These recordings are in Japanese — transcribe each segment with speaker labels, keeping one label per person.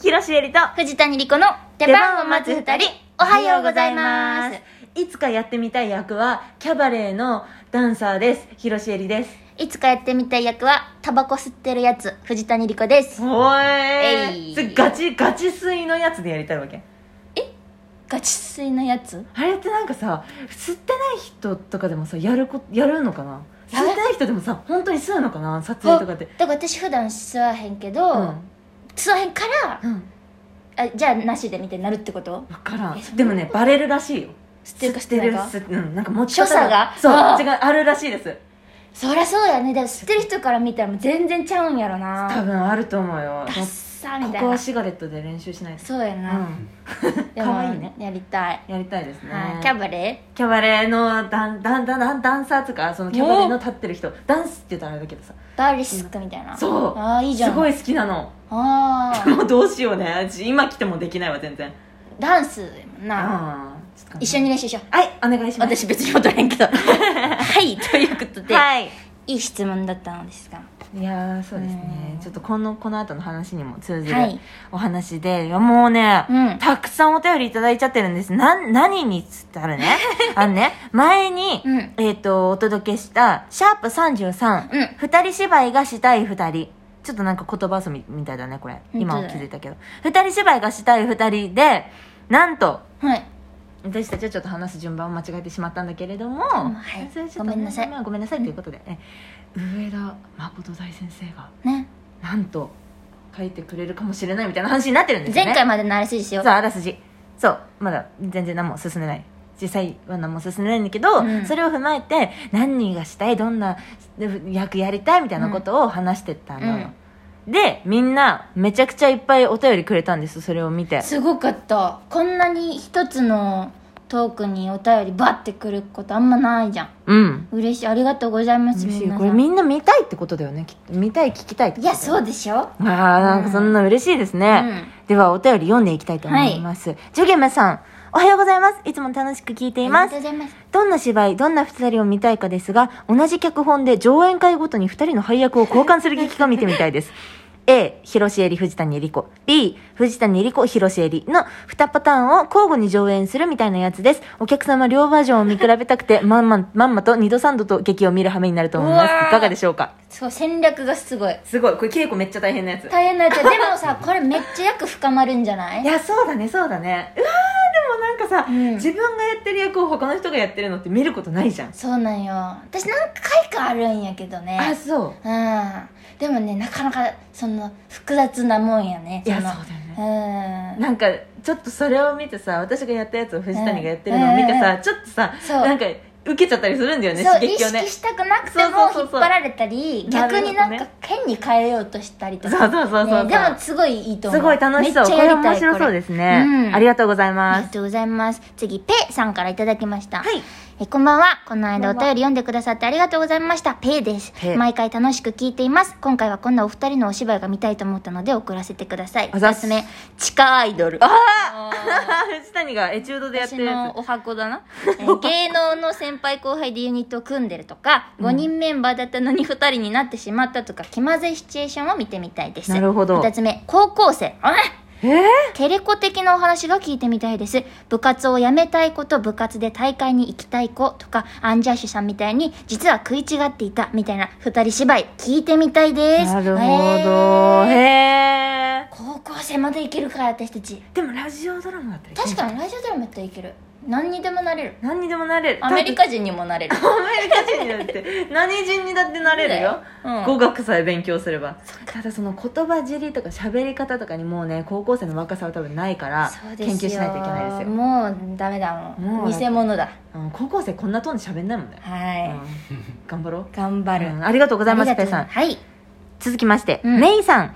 Speaker 1: 広瀬えりと
Speaker 2: 藤谷莉子の出番を待つ二人おはようございます
Speaker 1: いつかやってみたい役はキャバレーのダンサーです広瀬えりです
Speaker 2: いつかやってみたい役はタバコ吸ってるやつ藤谷莉子です
Speaker 1: お
Speaker 2: え
Speaker 1: ー
Speaker 2: い
Speaker 1: それガチガチ水のやつでやりたいわけ
Speaker 2: ガチ水のやつ
Speaker 1: あれってなんかさ吸ってない人とかでもさやるこやるのかな吸ってない人でもさ本当に吸うのかな撮影とかって
Speaker 2: だから私普段吸わへんけど、
Speaker 1: うん
Speaker 2: 吸わへんから
Speaker 1: うん
Speaker 2: あじゃあなしでみたいになるってこと
Speaker 1: 分から
Speaker 2: えそん
Speaker 1: ん
Speaker 2: な
Speaker 1: でもねバレるらしいよ
Speaker 2: 吸ってるか吸ってないか
Speaker 1: 吸ってる吸ってうんなんか持ち
Speaker 2: 所作が
Speaker 1: そう
Speaker 2: あー
Speaker 1: 違うあるらしいです
Speaker 2: そりゃそうやねでも吸ってる人から見たらもう全然ちゃうんやろな
Speaker 1: 多分あると思うよ
Speaker 2: ダッサーみ
Speaker 1: こ
Speaker 2: たい
Speaker 1: こ
Speaker 2: な
Speaker 1: はシガレットで練習しないと
Speaker 2: そうや
Speaker 1: う
Speaker 2: な、
Speaker 1: ん
Speaker 2: でも
Speaker 1: 可愛いね
Speaker 2: やりたい、
Speaker 1: やりたいですね
Speaker 2: はい、キャバレ
Speaker 1: キャバレーのダンダンダンダンダンサーとかそのキャバレーの立ってる人ダンスって言ったらあれだけどさ
Speaker 2: ーバーリスクみたいな
Speaker 1: そう
Speaker 2: ああいいじゃん
Speaker 1: すごい好きなの
Speaker 2: ああ
Speaker 1: もうどうしようね今来てもできないわ全然
Speaker 2: ダンスやもんな
Speaker 1: あーちょっと
Speaker 2: 一緒に練習しよう
Speaker 1: はいお願いします
Speaker 2: 私別に踊れんけ どはいということで、
Speaker 1: はい
Speaker 2: い、い質問だったのですが
Speaker 1: いやーそうですね
Speaker 2: うん
Speaker 1: ちょっとこのこの後の話にも通じる
Speaker 2: はい
Speaker 1: お話で、いやもうね、
Speaker 2: うん
Speaker 1: たくさんお便りいただいちゃってるんですなん何につったら ねあのね前に、
Speaker 2: うん
Speaker 1: えっ、とお届けした「シャープ #33」
Speaker 2: うん
Speaker 1: 二人芝居がしたい二人」ちょっとなんか言葉遊びみたいだねこれ今
Speaker 2: 本当だね
Speaker 1: 気づいたけど二人芝居がしたい二人でなんと
Speaker 2: はい
Speaker 1: 私たちはちょっと話す順番を間違えてしまったんだけれども、
Speaker 2: はい
Speaker 1: それちょっとね
Speaker 2: ごめんなさい
Speaker 1: まあごめんなさいということで、ね上田誠大先生が
Speaker 2: ね
Speaker 1: なんと書いてくれるかもしれないみたいな話になってるんですよね
Speaker 2: 前回までのあらすじしよう
Speaker 1: そうあらすじそうまだ全然何も進んでない実際は何も進んでないんだけど、
Speaker 2: うん
Speaker 1: それを踏まえて何がしたいどんな役やりたいみたいなことを話してったのよ、でみんなめちゃくちゃいっぱいお便りくれたんですそれを見て
Speaker 2: すごかったこんなに一つのトークにお便りバッてくることあんまないじゃん
Speaker 1: うん
Speaker 2: 嬉しいありがとうございます
Speaker 1: 嬉しい
Speaker 2: 皆さ
Speaker 1: こ
Speaker 2: ん
Speaker 1: れみんな見たいってことだよねきっと見たい聞きたいって
Speaker 2: い
Speaker 1: こと
Speaker 2: やそううでしょ
Speaker 1: あーなんかそんな嬉しいです
Speaker 2: う
Speaker 1: ね、
Speaker 2: ん
Speaker 1: ではお便り読んでいきたいと思います、ジョゲムさんおはようございますいつも楽しく聞いてい
Speaker 2: あ
Speaker 1: ま
Speaker 2: りがと
Speaker 1: す
Speaker 2: うございます
Speaker 1: どんな芝居どんな二人を見たいかですが同じ脚本で上演会ごとに二人の配役を交換する劇が見てみたいです A 広瀬絵里藤谷絵里子 B 藤谷絵里子広瀬絵里の2パターンを交互に上演するみたいなやつですお客様両バージョンを見比べたくて まんままんまと2度3度と劇を見る羽目になると思います
Speaker 2: うわー
Speaker 1: いかがでしょうか
Speaker 2: すごい戦略がすごい
Speaker 1: すごいこれ稽古めっちゃ大変なやつ
Speaker 2: 大変なやつでもさこれめっちゃ役深まるんじゃない
Speaker 1: いやそうだねそうだねうわーでもなんかさ、
Speaker 2: うん
Speaker 1: 自分がやってる役を他の人がやってるのって見ることないじゃん、
Speaker 2: そうなんよ私何回かあるんやけどね
Speaker 1: あそう
Speaker 2: うんでもねなかなかその複雑なもんやね
Speaker 1: いやそう
Speaker 2: の
Speaker 1: だよね
Speaker 2: うん
Speaker 1: なんかちょっとそれを見てさ私がやったやつを藤谷がやってるのを見て
Speaker 2: うん
Speaker 1: さ、
Speaker 2: うん
Speaker 1: ちょっとさ
Speaker 2: そう
Speaker 1: なんか受けちゃったりするんだよね
Speaker 2: そう
Speaker 1: 刺
Speaker 2: 意
Speaker 1: 激をね
Speaker 2: 識したくなくて
Speaker 1: そうそうそう
Speaker 2: も
Speaker 1: そう
Speaker 2: 引っ張られたり
Speaker 1: なるほど
Speaker 2: 逆
Speaker 1: ね
Speaker 2: になんか変に変えようとしたりと
Speaker 1: そう
Speaker 2: か
Speaker 1: そうそうそうそう、
Speaker 2: ねでもすごいいいと思う
Speaker 1: すごい楽しそう
Speaker 2: めっ
Speaker 1: こ
Speaker 2: ちゃ
Speaker 1: れ
Speaker 2: やりた
Speaker 1: 面
Speaker 2: い
Speaker 1: 白そうですすね、
Speaker 2: うん
Speaker 1: ありがとうござい
Speaker 2: あり
Speaker 1: ま
Speaker 2: が
Speaker 1: す
Speaker 2: とうございます次ペイさんからいただきました、
Speaker 1: はい
Speaker 2: えこんばんはこの
Speaker 1: こ
Speaker 2: 間お
Speaker 1: ん
Speaker 2: 便
Speaker 1: ばんは
Speaker 2: り読んでくださってありがとうございましたペイです
Speaker 1: ペイ
Speaker 2: 毎回楽しく聞いています今回はこんなお二人のお芝居が見たいと思ったので送らせてください
Speaker 1: あざっ
Speaker 2: 2
Speaker 1: す
Speaker 2: つ目地下アイドル
Speaker 1: あー 藤谷がエチュードでやって
Speaker 2: 私
Speaker 1: るや
Speaker 2: のお箱だな、えー芸能の先輩後輩でユニットを組んでるとか5人メンバーだったのに2人になってしまったとか気まずいシチュエーションを見てみたいです
Speaker 1: なるほど
Speaker 2: 2つ目高校生あれ
Speaker 1: つえー、
Speaker 2: テレコ的なお話が聞いてみたいです部活を辞めたい子と部活で大会に行きたい子とかアンジャッシュさんみたいに実は食い違っていたみたいな2人芝居聞いてみたいです
Speaker 1: なるほど
Speaker 2: えー
Speaker 1: へえ
Speaker 2: 高校生までいけるから私たち
Speaker 1: でもラジオドラマだったり
Speaker 2: 確かにラジオドラマやったらいける何にでもなれる
Speaker 1: 何にでもなれる
Speaker 2: アメリカ人にもなれ る
Speaker 1: アメリカ人にだって何人にだってなれるよ、
Speaker 2: そうだようん
Speaker 1: 語学さえ勉強すればただその言葉尻とか喋り方とかにもうね高校生の若さは多分ないから
Speaker 2: そう
Speaker 1: 研
Speaker 2: ですよ
Speaker 1: 究しないといけないですよ、
Speaker 2: もうダメだもん
Speaker 1: もう
Speaker 2: 偽物だ
Speaker 1: うん高校生こんなトーンで喋んないもんね、
Speaker 2: はい、
Speaker 1: うん頑張ろう
Speaker 2: 頑張る、
Speaker 1: うんありがとうございますペイさ
Speaker 2: あ
Speaker 1: ん
Speaker 2: りがとうはい
Speaker 1: 続きまして、
Speaker 2: うん
Speaker 1: メイさん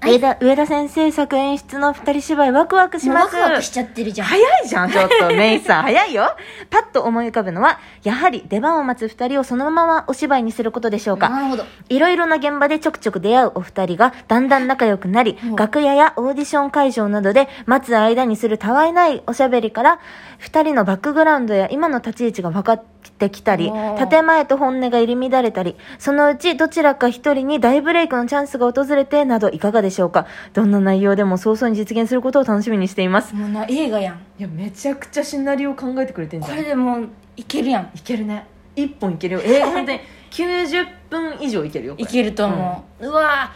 Speaker 2: は
Speaker 1: 上
Speaker 2: い
Speaker 1: 田上田先生作演出の二人芝居ワクワクし
Speaker 2: もう
Speaker 1: ま
Speaker 2: ワ
Speaker 1: す
Speaker 2: クワクしちゃってるじゃん
Speaker 1: 早いじゃん、ちょっと、メイさん。早いよ。パッと思い浮かぶのは、やはり出番を待つ二人をそのままお芝居にすることでしょうか。
Speaker 2: なるほど
Speaker 1: いろいろな現場でちょくちょく出会うお二人がだんだん仲良くなり
Speaker 2: うん、
Speaker 1: 楽屋やオーディション会場などで待つ間にするたわいないおしゃべりから、二人のバックグラウンドや今の立ち位置が分かてきたり
Speaker 2: おー
Speaker 1: 建前と本音が入り乱れたりそのうちどちらか一人に大ブレイクのチャンスが訪れてなどいかがでしょうかどんな内容でも早々に実現することを楽しみにしています
Speaker 2: もうな映画やん
Speaker 1: いやめちゃくちゃシナリオ考えてくれてん
Speaker 2: これでもういけるやん
Speaker 1: いけるね一本いける よえー、本当に90分以上いけるよこれ
Speaker 2: いけると思う、うわ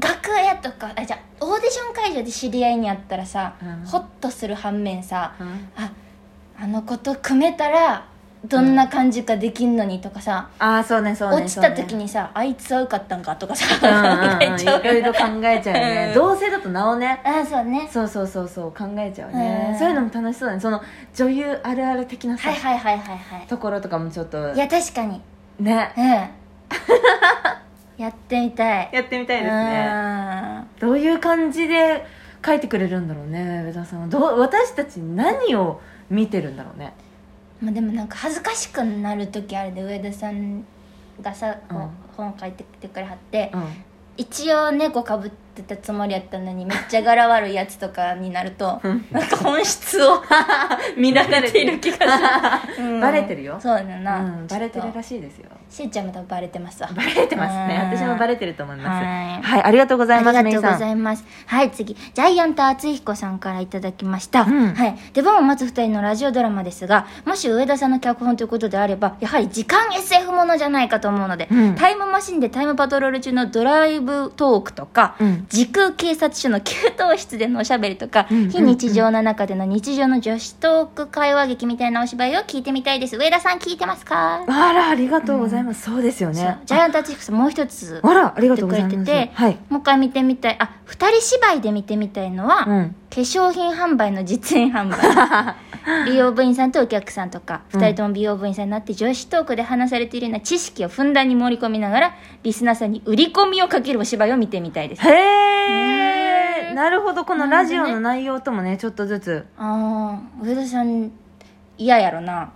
Speaker 2: ー楽屋とかあじゃあオーディション会場で知り合いに会ったらさ、
Speaker 1: うん
Speaker 2: ホッとする反面さ
Speaker 1: うん
Speaker 2: ああの子と組めたらどんな感じかできんのにとかさ、
Speaker 1: ああそうねそうね
Speaker 2: 落ちた
Speaker 1: そうね
Speaker 2: 時にさ、あいつは受かったんかとかさ
Speaker 1: うん
Speaker 2: 考
Speaker 1: うんう
Speaker 2: え
Speaker 1: んい
Speaker 2: ちゃう
Speaker 1: ろいろ考えちゃうよね
Speaker 2: うん
Speaker 1: 同性だとなおね
Speaker 2: あそうね
Speaker 1: そうそうそうそう考えちゃうね、
Speaker 2: うん
Speaker 1: そういうのも楽しそうだねその女優あるある的なさ、
Speaker 2: はいはいはいはいはい
Speaker 1: ところとかもちょっと
Speaker 2: いや確かに
Speaker 1: ね
Speaker 2: うんやってみたい
Speaker 1: やってみた
Speaker 2: う
Speaker 1: いですね
Speaker 2: ん
Speaker 1: どういう感じで書いてくれるんだろうね上田さんはどう私たち何を見てるんだろうね
Speaker 2: まあ、でもなんか恥ずかしくなる時あるで上田さんがさ、こう
Speaker 1: うん
Speaker 2: 本書いてきてくれはって、
Speaker 1: うん
Speaker 2: 一応猫かぶってたつもりやったのにめっちゃ柄悪いやつとかになるとなんか本質を 見られている気がする、う ん
Speaker 1: バレてるよ
Speaker 2: そうだな、
Speaker 1: うん、バレてるら
Speaker 2: しい
Speaker 1: しいですよ
Speaker 2: しーちゃんも多分バレてますわ
Speaker 1: バレてますね
Speaker 2: うん
Speaker 1: 私もバレてると思います
Speaker 2: は
Speaker 1: はいい、ありがとうございます
Speaker 2: ありがとうござ
Speaker 1: メイ
Speaker 2: います。はい、次。ジャイアント厚彦さんからいただきました。
Speaker 1: うん
Speaker 2: はい。出番を待つ二人のラジオドラマですが、もし上田さんの脚本ということであれば、やはり時間 SF ものじゃないかと思うので、
Speaker 1: うん
Speaker 2: タイムマシンでタイムパトロール中のドライブトークとか、
Speaker 1: うん
Speaker 2: 時空警察署の給湯室でのおしゃべりとか、
Speaker 1: うん
Speaker 2: 非日常の中での日常の女子トーク会話劇みたいなお芝居を聞いてみたいです。上田さん聞いてますか、
Speaker 1: さんあらありがとうございます、そうですよ
Speaker 2: そう
Speaker 1: ね
Speaker 2: ジャイアント厚彦さんもう一つ
Speaker 1: あらありがとうございます
Speaker 2: 送ってくれてて
Speaker 1: はい、
Speaker 2: もう一回見てみたいあ二人芝居で見てみたいのは、
Speaker 1: う
Speaker 2: 化
Speaker 1: ん、
Speaker 2: 粧品販売の実演販 売美容部員さんとお客さんとか
Speaker 1: うん
Speaker 2: 二人とも美容部員さんになって女子トークで話されているような知識をふんだんに盛り込みながらリスナーさんに売り込みをかけるお芝居を見てみたいですあ
Speaker 1: へ
Speaker 2: う
Speaker 1: え
Speaker 2: ん
Speaker 1: なるほどこのラジオの内容ともねちょっとずつ
Speaker 2: あー上田さん嫌やろな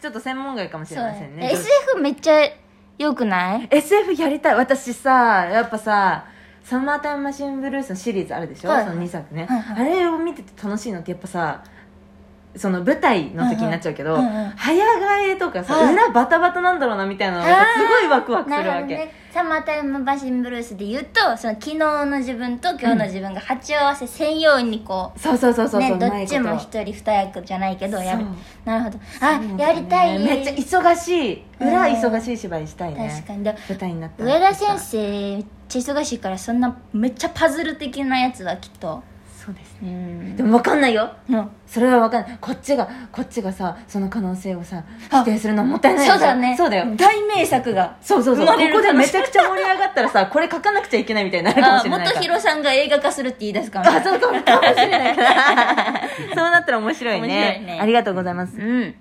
Speaker 1: ちょっと専門外かもしれません
Speaker 2: そう
Speaker 1: ね
Speaker 2: や SF めっちゃよくない
Speaker 1: SF やりたい私さやっぱさ「サマータイムマシンブルース」のシリーズあるでしょ、
Speaker 2: はい
Speaker 1: その2作ね、
Speaker 2: はいはい
Speaker 1: あれを見てて楽しいのってやっぱさその舞台の時になっちゃうけど、
Speaker 2: はいはいうんうん
Speaker 1: 早替えとかさ、
Speaker 2: はい
Speaker 1: 裏バタバタなんだろうなみたいなのがやっぱすごいワクワクす
Speaker 2: な
Speaker 1: る
Speaker 2: るほ
Speaker 1: わ
Speaker 2: ど
Speaker 1: け、
Speaker 2: ねサマータイムマシンブルースで言うとその昨日の自分と今日の自分が鉢合わせ専用にこう、
Speaker 1: そうそうそうそうそう、
Speaker 2: ね、ど
Speaker 1: うま
Speaker 2: っ
Speaker 1: いこ
Speaker 2: ち
Speaker 1: と
Speaker 2: も一人二役じゃないけどやる
Speaker 1: そう
Speaker 2: なるほどあ、
Speaker 1: そうなんだ
Speaker 2: や
Speaker 1: よね
Speaker 2: りたい
Speaker 1: めっちゃ忙しい裏
Speaker 2: うん
Speaker 1: 忙しい芝居したいね、
Speaker 2: 確かにで
Speaker 1: 舞台になったら
Speaker 2: 上田先生めっちゃ忙しいからそんなめっちゃパズル的なやつはきっと
Speaker 1: そうですね
Speaker 2: うん
Speaker 1: でも分かんないよ
Speaker 2: うん
Speaker 1: それは分かんないこっちがこっちがさその可能性をさ
Speaker 2: あ
Speaker 1: 否定するのはもったいないよ
Speaker 2: そうだね
Speaker 1: そうだよ
Speaker 2: 大名作が
Speaker 1: そうそうそう
Speaker 2: 生
Speaker 1: こ
Speaker 2: まれる
Speaker 1: こでめちゃくちゃ盛り上がったらさこれ書かなくちゃいけないみたいになるかも
Speaker 2: あ
Speaker 1: しれないから
Speaker 2: 元博さんが映画化するって言い出すかも
Speaker 1: あそうかもかもしれないからそうなったら面白いね
Speaker 2: 面白いね
Speaker 1: ありがとうございます
Speaker 2: うん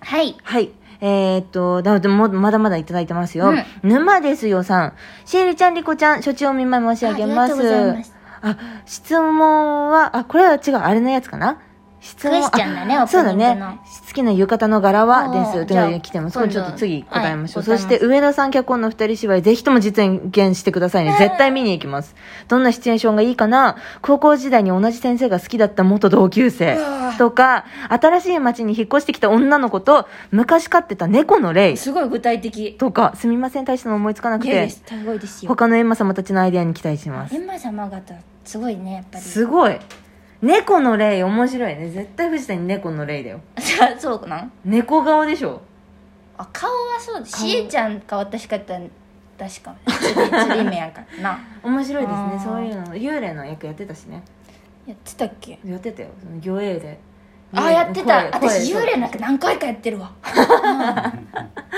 Speaker 2: はい
Speaker 1: はい。えーっと、だでもまだまだいただいてますよ。
Speaker 2: うん
Speaker 1: 沼ですよさん。しえりちゃん、りこちゃん、所知お見舞い申し上げます。
Speaker 2: ありがとうございます
Speaker 1: あ質問は、あ、これは違う、あれのやつかな質問
Speaker 2: クエスチョンだね
Speaker 1: あ
Speaker 2: オープニングの
Speaker 1: そうだね。好きな浴衣の柄は
Speaker 2: おー
Speaker 1: です。と
Speaker 2: じゃあ
Speaker 1: いうのが来てます。こ
Speaker 2: 今
Speaker 1: れ
Speaker 2: 度
Speaker 1: ちょっと次答えましょう。
Speaker 2: はい
Speaker 1: そして、
Speaker 2: 答
Speaker 1: 上田さん脚本の二人芝居、ぜひとも実現してくだ さいね。絶対見に行きます。どんなシチュエーションがいいかな高校時代に同じ先生が好きだった元同級生
Speaker 2: うわー
Speaker 1: とか、新しい町に引っ越してきた女の子と、昔飼ってた猫の霊
Speaker 2: すごい具体的
Speaker 1: とか、すみません、大したの思いつかなく
Speaker 2: いやいや
Speaker 1: て、
Speaker 2: すごいですよ
Speaker 1: 他のエンマ様たちのアイデアに期待します
Speaker 2: エ。ンマ様方すごいねやっぱり
Speaker 1: すごい猫の霊面白いね絶対藤谷猫の霊だよ
Speaker 2: そうなん
Speaker 1: 猫顔でしょ
Speaker 2: あ顔はそうです
Speaker 1: 顔
Speaker 2: しえちゃんか私かやったら確か釣り釣り目やから な
Speaker 1: 面白いです
Speaker 2: あ
Speaker 1: ね
Speaker 2: ー
Speaker 1: そういうの幽霊の役やってたしね
Speaker 2: やってたっけ
Speaker 1: やってたよその魚影で
Speaker 2: あやってた
Speaker 1: 声
Speaker 2: 私
Speaker 1: 声
Speaker 2: 幽霊なんか何回かやってるわ、うん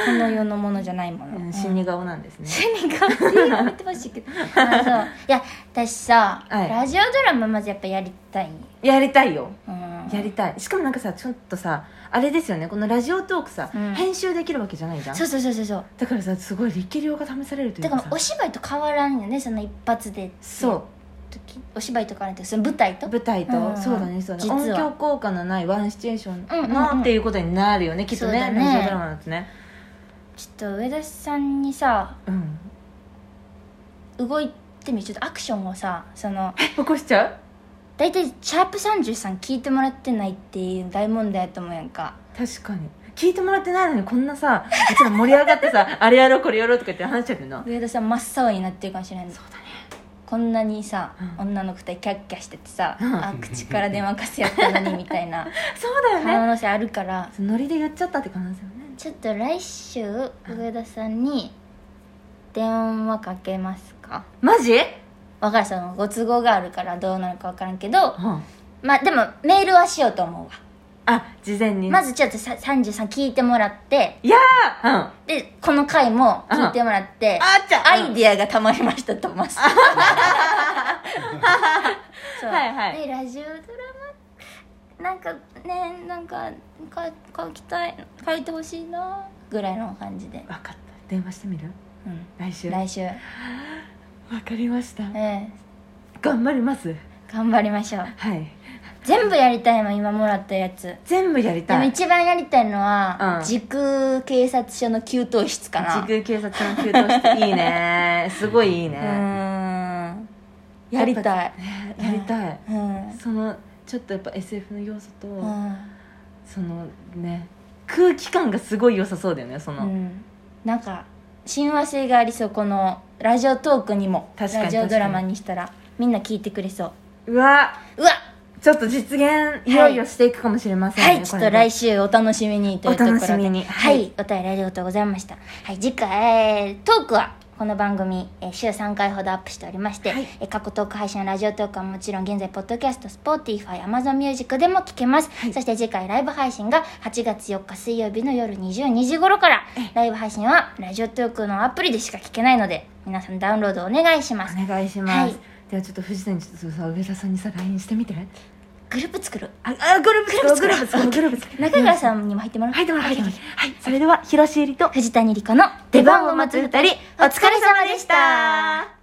Speaker 2: この世のものじゃないも
Speaker 1: う
Speaker 2: の、
Speaker 1: ん死に顔なんですね
Speaker 2: 死に顔っていうのやめてほしいけどあそういや私さ、
Speaker 1: はい
Speaker 2: ラジオドラマまずやっぱやりたい、
Speaker 1: やりたいよ
Speaker 2: うん、
Speaker 1: やりたいしかもなんかさちょっとさあれですよねこのラジオトークさ、
Speaker 2: うん
Speaker 1: 編集できるわけじゃないじゃん
Speaker 2: そうそうそうそうそう
Speaker 1: だからさすごい力量が試されるという
Speaker 2: だ
Speaker 1: か
Speaker 2: か
Speaker 1: さ
Speaker 2: らお芝居と変わらんよねその一発で
Speaker 1: そう
Speaker 2: 時お芝居と変わらんけどその舞台と
Speaker 1: 舞台と、
Speaker 2: うん
Speaker 1: そうだねそうだね音
Speaker 2: 実は
Speaker 1: 響効果のないワンシチュエーション
Speaker 2: うんうん
Speaker 1: の、
Speaker 2: うん
Speaker 1: っていうことになるよねきっと
Speaker 2: そう
Speaker 1: ね
Speaker 2: だ
Speaker 1: ラ
Speaker 2: ね
Speaker 1: ジオドラマだとね
Speaker 2: ちょっと上田さんにさ
Speaker 1: うん
Speaker 2: 動いてみるちょっとアクションをさその
Speaker 1: 起こしちゃう
Speaker 2: 大体シャープ33聞いてもらってないっていう大問題やと思うやんか
Speaker 1: 確かに聞いてもらってないのにこんなさうちら盛り上がってさ あれやろうこれやろうとか言って話しちゃうよな
Speaker 2: 上田さん真っ青になってるかもしれないそうだねこんなにさ、
Speaker 1: う
Speaker 2: 女の子二人キャッキャしててさ、
Speaker 1: うん
Speaker 2: あ口から電話かせやったのにみたいな
Speaker 1: そうだ
Speaker 2: 可
Speaker 1: よね
Speaker 2: 能性あるから
Speaker 1: ノリで言っちゃったって可能性もね
Speaker 2: ちょっと来週上田さんに電話かけますか
Speaker 1: マジ、
Speaker 2: 分かるそのご都合があるからどうなるか分からんけど
Speaker 1: うん、
Speaker 2: まあでもメールはしようと思うわ
Speaker 1: あ事前に
Speaker 2: まずちょっとさ33聞いてもらって
Speaker 1: いやーうんあ
Speaker 2: でこの回も聞いてもらって
Speaker 1: ーちゃ
Speaker 2: ア
Speaker 1: デ
Speaker 2: イディアがたまりましたと思います。そう
Speaker 1: はいはい
Speaker 2: でラジオドラマなんかねなんかか書きたい書いてほしいなぐらいの感じで、
Speaker 1: 分かった電話してみる
Speaker 2: うん
Speaker 1: 来週わ
Speaker 2: 来週え
Speaker 1: かりました
Speaker 2: え
Speaker 1: 頑張ります
Speaker 2: 頑張りましょう
Speaker 1: はい
Speaker 2: 全部やりたいもん今もらったやつ
Speaker 1: 全部やり
Speaker 2: でも
Speaker 1: たい
Speaker 2: 一番やりたいのは、
Speaker 1: うん
Speaker 2: 時空警察署の給湯室かな
Speaker 1: 時空警察の給湯室いいねすごいいいうね
Speaker 2: ーんやりたい
Speaker 1: ねやりたい
Speaker 2: うん、うん
Speaker 1: そのちょっとやっぱ SF の要素と、そのね空気感がすごい良さそうだよねそうの、
Speaker 2: ん、なんか親和性がありそうこのラジオトークにも
Speaker 1: 確かに
Speaker 2: ラジオドラマにしたらみんな聞いてくれそう
Speaker 1: うわ
Speaker 2: うわ
Speaker 1: ちょっと実現いよいよしていくかもしれません
Speaker 2: は
Speaker 1: ね、
Speaker 2: いちょっ
Speaker 1: ことれね
Speaker 2: 来週お楽しみにというところで
Speaker 1: お楽しみに
Speaker 2: はい、
Speaker 1: はい
Speaker 2: お便りありがとうございました、はい、次回、えートークはこの番組、えー週3回ほどアップしておりまして、
Speaker 1: はい
Speaker 2: えー過去トーク配信やラジオトークはもちろん現在ポッドキャストスポーティファイアマゾンミュージックでも聞けます、そして次回ライブ配信が8月4日水曜日の夜22時頃からライブ配信はラジオトークのアプリでしか聞けないので皆さんダウンロードお願いします
Speaker 1: お願いします、
Speaker 2: はい
Speaker 1: ではちょっと藤谷ちょっとさ上田さんにさ LINE してみて
Speaker 2: グループ作る
Speaker 1: ああグループ作ろうグループ作ろうグループ作ろう
Speaker 2: 中川さんにも入ってもらう
Speaker 1: 入ってもらう入ってもらうはいそれでは広瀬えりと
Speaker 2: 藤谷莉子の
Speaker 1: 出番を待つ二人お疲れ様でした